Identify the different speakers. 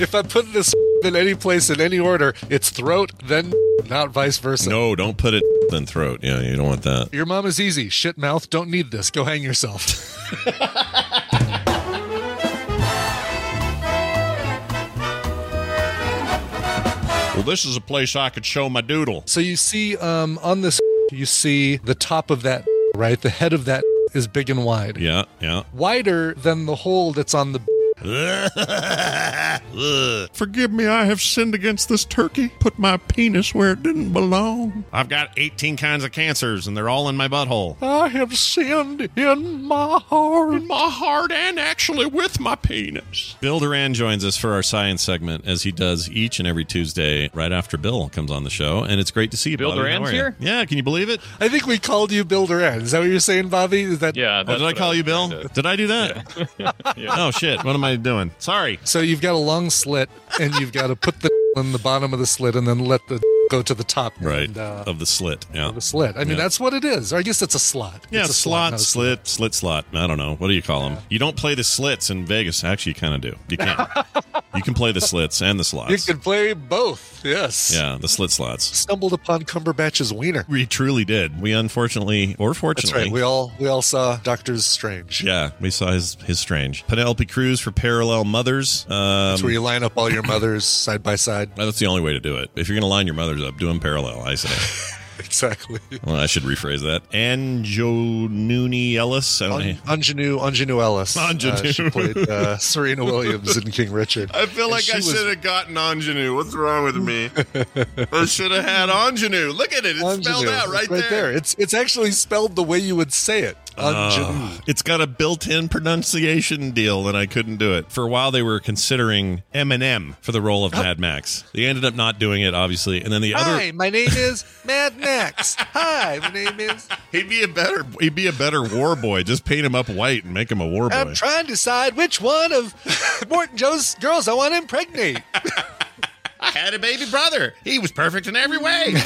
Speaker 1: If I put this in any place in any order, it's throat, then not vice versa.
Speaker 2: No, don't put it in throat. Yeah, you don't want that.
Speaker 1: Your mom is easy. Shit mouth, don't need this. Go hang yourself.
Speaker 2: Well, this is a place I could show my doodle.
Speaker 1: so you see um, on this, you see the top of that, right? The head of that is big and wide.
Speaker 2: Yeah, yeah.
Speaker 1: Wider than the hole that's on the.
Speaker 2: Forgive me, I have sinned against this turkey. Put my penis where it didn't belong. I've got 18 kinds of cancers, and they're all in my butthole.
Speaker 1: I have sinned in my heart.
Speaker 2: my heart and actually with my penis. Bill Duran joins us for our science segment as he does each and every Tuesday right after Bill comes on the show. And it's great to see you,
Speaker 3: Bill
Speaker 2: Bobby. How
Speaker 3: Duran's
Speaker 2: are you?
Speaker 3: here?
Speaker 2: Yeah, can you believe it?
Speaker 1: I think we called you Bill Duran. Is that what you're saying, Bobby? Is that
Speaker 3: Yeah.
Speaker 2: Oh,
Speaker 3: that's
Speaker 2: did I
Speaker 3: what
Speaker 2: call
Speaker 3: was
Speaker 2: you Bill?
Speaker 3: trying to-
Speaker 2: Did I do that? Oh, shit. What am I doing? Sorry.
Speaker 1: So you've got a long slit, and you've got to put the in the bottom of the slit, and then let the go to the top.
Speaker 2: Right.
Speaker 1: and, uh,
Speaker 2: of the slit. Yeah.
Speaker 1: of the slit. I mean,
Speaker 2: Yeah.
Speaker 1: that's what it is. Or I guess it's a slot.
Speaker 2: Yeah,
Speaker 1: it's a
Speaker 2: slot,
Speaker 1: not a
Speaker 2: slit, slit, slot. I don't know. What do you call them? You don't play the slits in Vegas. Actually, you kind of do. You can. you can play the slits and the slots.
Speaker 1: You can play both. Yes.
Speaker 2: yeah, the slit slots.
Speaker 1: Stumbled upon Cumberbatch's wiener.
Speaker 2: We truly did. We unfortunately, or
Speaker 1: That's
Speaker 2: fortunately,
Speaker 1: right. We all we all saw Doctors Strange.
Speaker 2: Yeah, we saw his his strange Penelope Cruz for parallel mothers. Um,
Speaker 1: It's where you line up all your mothers side by side.
Speaker 2: that's the only way to do it. If you're going to line your mothers up, do them parallel. I say.
Speaker 1: Exactly.
Speaker 2: well, I should rephrase that. Anjo Nooney Ellis. I, don't
Speaker 1: An- Anjanou Anjanou Ellis. uh,
Speaker 2: Anjanou.
Speaker 1: she played uh, Serena Williams in King Richard.
Speaker 4: I feel
Speaker 1: And
Speaker 4: like
Speaker 1: she
Speaker 4: I
Speaker 1: was-
Speaker 4: should have gotten ingenue. What's wrong with me? I should have had ingenue. Look at it. It's spelled
Speaker 1: Anjanou.
Speaker 4: out right,
Speaker 1: It's It's it's actually spelled the way you would say it. Anjanou.
Speaker 2: Ah, it's got a built-in pronunciation deal, and I couldn't do it. For a while, they were considering Eminem for the role
Speaker 4: Oh.
Speaker 2: of Mad Max. They ended up not doing it, obviously. And then the other,
Speaker 1: Hi, my name is Mad Max. Hi, my name is.
Speaker 2: he'd be a better, he'd be a better war boy. Just paint him up white and make him a war boy.
Speaker 4: Uh,
Speaker 1: I'm trying to decide which one of Morton Joe's girls I want to impregnate.
Speaker 4: I had a baby brother. He was perfect in every way.